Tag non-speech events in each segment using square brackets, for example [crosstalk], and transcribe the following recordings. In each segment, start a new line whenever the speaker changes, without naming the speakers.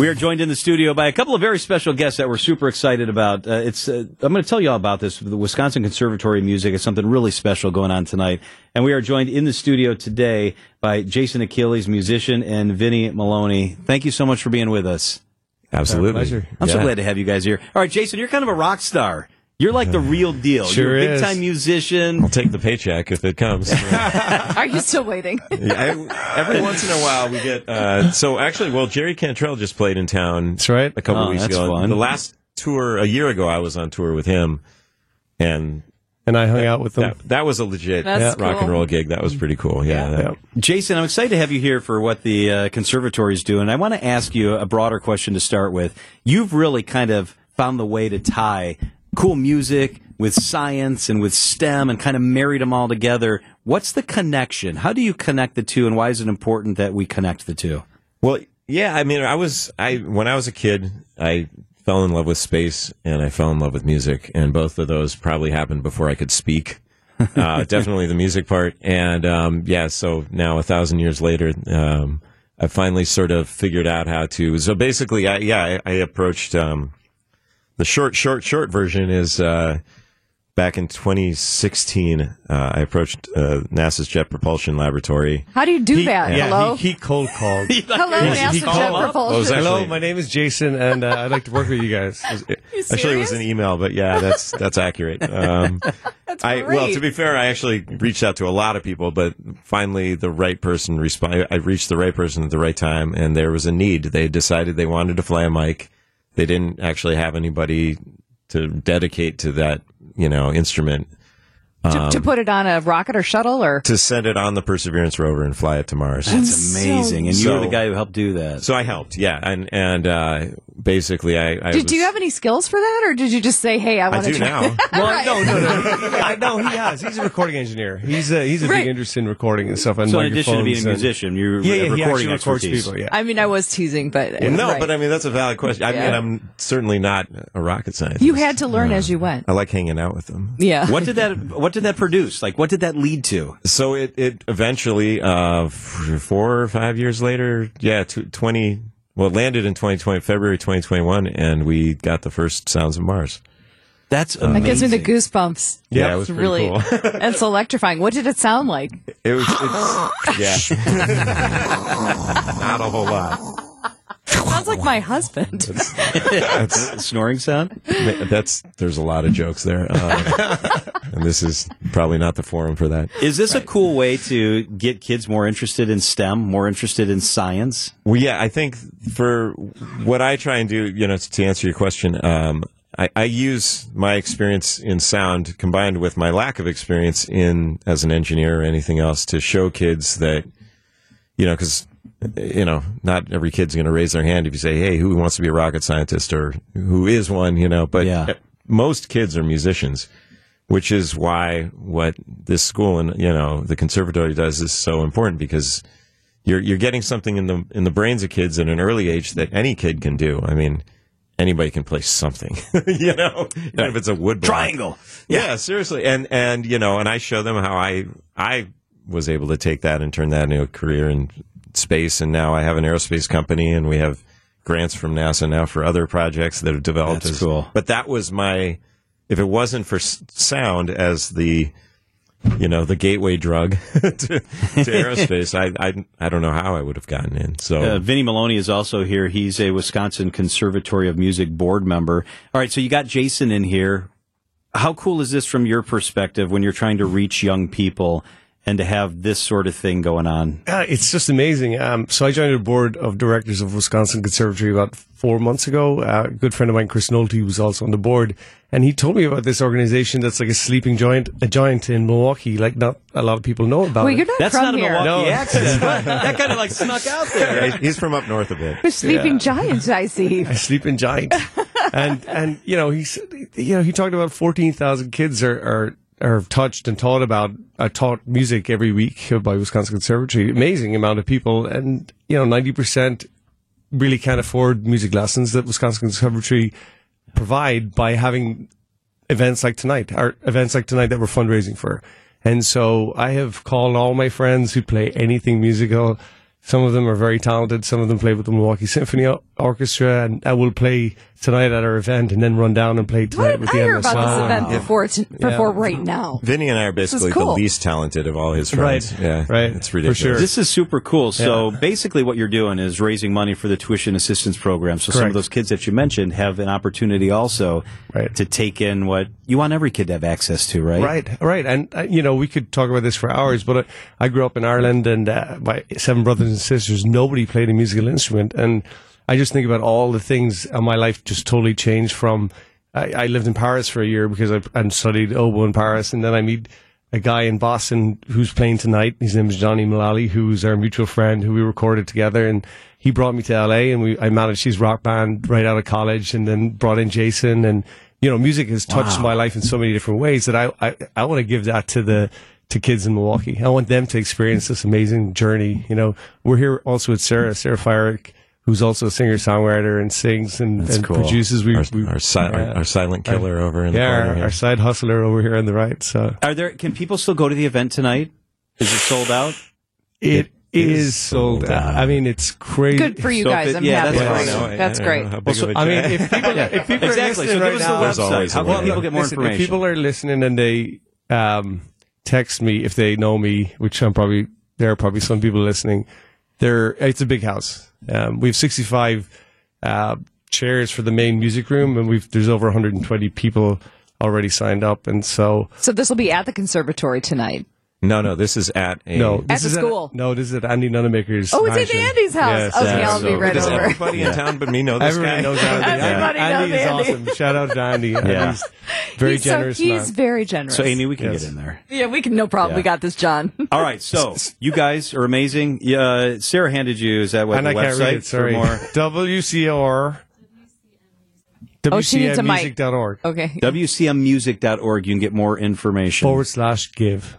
We are joined in the studio by a couple of very special guests that we're super excited about. Uh, it's uh, I'm going to tell you all about this. The Wisconsin Conservatory of Music is something really special going on tonight, and we are joined in the studio today by Jason Achilles, musician, and Vinny Maloney. Thank you so much for being with us.
Absolutely.
pleasure.
I'm so
Yeah.
glad to have you guys here. All right, Jason, you're kind of a rock star. You're like the real deal. you're
Sure
a big
is.
time musician.
I'll take the paycheck if it comes.
Are you
[laughs]
still waiting?
Yeah, I- every once in a while we get. Uh, so actually, well, Jerry Cantrell just played in town.
That's right.
A couple
Oh,
weeks
that's
ago.
fun.
The last tour a year ago, I was on tour with him, and
And I hung out with them.
that, that was a legit
That's
rock and
cool.
roll gig. That was pretty cool. Yeah. that-
Yeah.
Jason, I'm excited to have you here for what the uh, conservatory is doing. I want to ask you a broader question to start with. You've really kind of found the way to tie cool music with science and with STEM and kind of married them all together. What's the connection? How do you connect the two, and why is it important that we connect the two?
Well, yeah, I mean, I was I when I was a kid, I fell in love with space and I fell in love with music, and both of those probably happened before I could speak. Uh, definitely the music part, and um, yeah. So now a thousand years later, um, I finally sort of figured out how to. So basically, I, yeah, I, I approached um, the short, short, short version is. Uh, Back in 2016, uh, I approached uh, NASA's Jet Propulsion Laboratory.
How do you do that?
yeah,
Hello?
He, he cold called.
Hello,
He-
NASA
he
Jet
called up.
Propulsion.
Oh, it was
Hello,
actually-
my name is Jason, and uh, I'd like to work with you guys.
Actually, it was an email, but yeah, that's that's accurate.
[laughs]
Um,
That's
I,
great.
well, to be fair, I actually reached out to a lot of people, but finally, the right person responded. I reached the right person at the right time, and there was a need. They decided they wanted to fly a mic. They didn't actually have anybody to dedicate to that, you know, instrument Um,
to, to put it on a rocket or shuttle or
to send it on the Perseverance rover and fly it to Mars.
It's amazing, and you were
So-
the guy who helped do that.
So I helped, yeah, and and uh, basically, I, I
did
was-
you have any skills for that or did you just say hey i
I
want to
do
try
now.
[laughs]
well, no, no, no. I, no, he has. He's a recording engineer. He's a, he's a
Right.
big interest in recording and stuff. And
So in addition to being a
microphones and-
musician, you're
yeah, yeah,
a
he
recording
actually records
expertise.
people. Yeah.
i mean i was teasing but
no,
right.
but I mean that's a valid question. I mean,
Yeah.
I'm certainly not a rocket scientist.
you had to learn as you went
I like hanging out with them.
yeah
What did that? What did that produce? Like, what did that lead to?
So it, it eventually, uh, f- four or five years later, yeah, tw 20, well, it landed in 2020, February 2021, and we got the first Sounds of Mars.
That's amazing.
that gives me the goosebumps
Yeah, it was
it's
pretty
really
cool. [laughs]
it's electrifying what did it sound like
It was,
[gasps]
it's, yeah. Not a whole lot.
sounds like
[laughs]
my husband
That's,
snoring sound.
that's, there's a lot of jokes there. Uh, and this is probably not the forum for that.
Is this a cool way to get kids more interested in STEM, more interested in science?
Well, yeah, I think for what I try and do, you know, to, to answer your question, um, I, I use my experience in sound combined with my lack of experience in as an engineer or anything else to show kids that, you know, because you know, not every kid's going to raise their hand if you say, "Hey, who wants to be a rocket scientist?" or "Who is one?" You know, but
Yeah.
most kids are musicians, which is why what this school and you know the conservatory does is so important because you're you're getting something in the in the brains of kids at an early age that any kid can do. I mean, anybody can play something, [laughs] you know, even if it's a wood block.
Triangle.
Yeah. seriously. And and you know, and I show them how I I was able to take that and turn that into a career in space. And now I have an aerospace company, and we have grants from NASA now for other projects that have developed.
That's
as-
cool.
But that was my if it wasn't for s- sound as the you know the gateway drug [laughs] to,
[laughs]
to aerospace I, I i don't know how i would have gotten in so
Uh, Vinny Maloney is also here. He's a Wisconsin Conservatory of Music board member. All right, so you got Jason in here. How cool is this from your perspective when you're trying to reach young people and to have this sort of thing going on?
Uh, it's just amazing. Um, so I joined the board of directors of Wisconsin Conservatory about four months ago. Uh, a good friend of mine, Chris Nolte, was also on the board, and he told me about this organization that's like a sleeping giant, a giant in Milwaukee. Like not a lot of people know about.
well
it.
you're not
That's
from
not a
here
Milwaukee
No.
accent. that kind of like snuck out there.
Yeah, he's from up north of it
The sleeping giant i
[laughs]
see
[laughs] a sleeping giant. and and you know he's you know he talked about fourteen thousand kids are. are are touched and taught about uh, taught music every week by Wisconsin Conservatory. Amazing amount of people, and you know ninety percent really can't afford music lessons that Wisconsin Conservatory provide by having events like tonight, or events like tonight that we're fundraising for. And so I have called all my friends who play anything musical, Some of them are very talented. Some of them play with the Milwaukee Symphony O- Orchestra, and I will play tonight at our event, and then run down and play
What
tonight
did
with
I
the
hear about
MSI.
this event before, t- before right now?
Vinny and I are basically
cool.
the least talented of all his friends.
Right.
Yeah.
Right.
It's
For
ridiculous.
sure.
This is super cool. So basically, what you're doing is raising money for the tuition assistance program. So some of
Correct.
those kids that you mentioned have an opportunity also
Right.
to take in what you want every kid to have access to, right?
Right, right, and uh, you know we could talk about this for hours. But uh, I, I grew up in Ireland, and uh, my seven brothers and sisters, nobody played a musical instrument, and I just think about all the things uh, my life just totally changed. From I, I lived in Paris for a year because I and studied oboe in Paris, and then I meet a guy in Boston who's playing tonight. His name is Johnny Mullally, who's our mutual friend who we recorded together. And he brought me to LA and we, I managed his rock band right out of college and then brought in Jason. And, you know, music has touched my life in so many different ways that I, I, I want to give that to the, to kids in Milwaukee. I want them to experience this amazing journey. You know, we're here also with Sarah, Sarah Fyrick, who's also a singer songwriter and sings and, and
cool.
produces. We,
Our,
we
our, si- our, our silent killer over in the
yeah,
corner.
our,
here.
our side hustler over here on the right. So
Are there? Can people still go to the event tonight? Is it sold out?
it is sold out. I mean, it's crazy.
Good for you
So if
guys.
it-
I'm
yeah,
happy
that's
for
fine.
you.
I
know, I-
That's
I don't
great.
know how big
Also,
of a
I mean,
drag-
[laughs]
if people, if people
Exactly.
are
So
listening
give
right
us
now,
the
There's
website.
always a
How can
way.
people get more
listen,
information?
if people are listening and they um, text me if they know me, which I'm probably there are probably some people listening. There, it's a big house. Um, we have 65 uh, chairs for the main music room, and we've there's over 120 people already signed up, and so
So this will be at the conservatory tonight.
no, no, this is at a.
no, this
the
is
school.
no, this is at Andy Nunnemaker's.
Oh, it's at
mansion.
Andy's house.
Yes,
okay,
yes.
I'll be
so
right
Does
this-
over.
everybody in town but me know this
Everybody
guy?
knows Andy.
Everybody
Andy
knows
is
Andy.
awesome. Shout out to Andy.
[laughs] Yeah.
Andy's very
he's
generous.
so, he's
man.
very generous.
So Amy, we can
Yes.
get in there.
yeah, we can. No problem. We got this, John.
All right.
[laughs]
So you guys are amazing. Yeah, uh, Sarah handed you is that what
and
the
I
website
can't read it.
for
Sorry. [laughs]
more?
WCR.
Oh, she needs a mic. Oh.
WCMmusic.org
Okay.
WCMmusic.org. You can get more information.
forward slash give.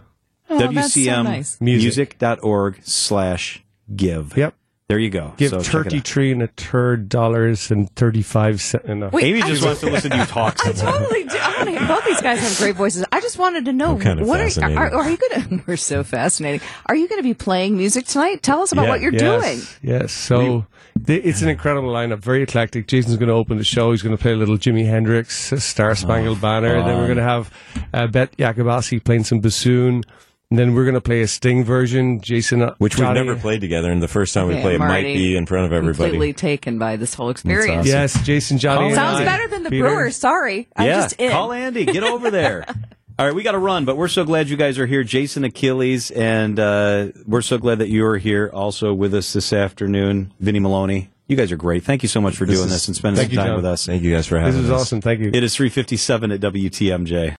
Oh, that's so nice.
WCMmusic.org slash give.
Yep.
There you go.
Give
So check it
turkey tree and a turd dollars and thirty five cent. and a-
out.
Wait,
Amy
I
just wants to listen to you talk.
I [laughs] totally do. I want to hear both these guys have great voices. I just wanted to know
kind of
what are,
fascinated.
are, are you going to? [laughs] We're so fascinating. Are you going to be playing music tonight? Tell us about what you're doing.
yes, Yes. So the, it's an incredible lineup, very eclectic. Jason's going to open the show. He's going to play a little Jimi Hendrix, uh,
Oh,
Star Spangled Banner. Then we're going to have uh, Bet Yakubasi playing some bassoon. And then we're going to play a Sting version. Jason, uh,
[laughs] Which
Johnny-
we've never played together, and the first time we
Yeah,
play it
Marty.
might be in front of everybody.
Completely taken by this whole experience.
Yes, Jason, Johnny. and
Oh, Sounds
I,
better than the
Peter.
Brewers. Sorry, [laughs] I'm
yeah.
just in.
Call Andy. Get over there.
[laughs]
All right, we got to run, but we're so glad you guys are here, Jason Achilles, and uh, we're so glad that you are here also with us this afternoon, Vinny Maloney. You guys are great. Thank you so much for doing
is-
this and spending
Thank
some
you,
time
John.
with us.
Thank you guys for having
This is
us.
awesome. Thank you.
It is 357 at WTMJ.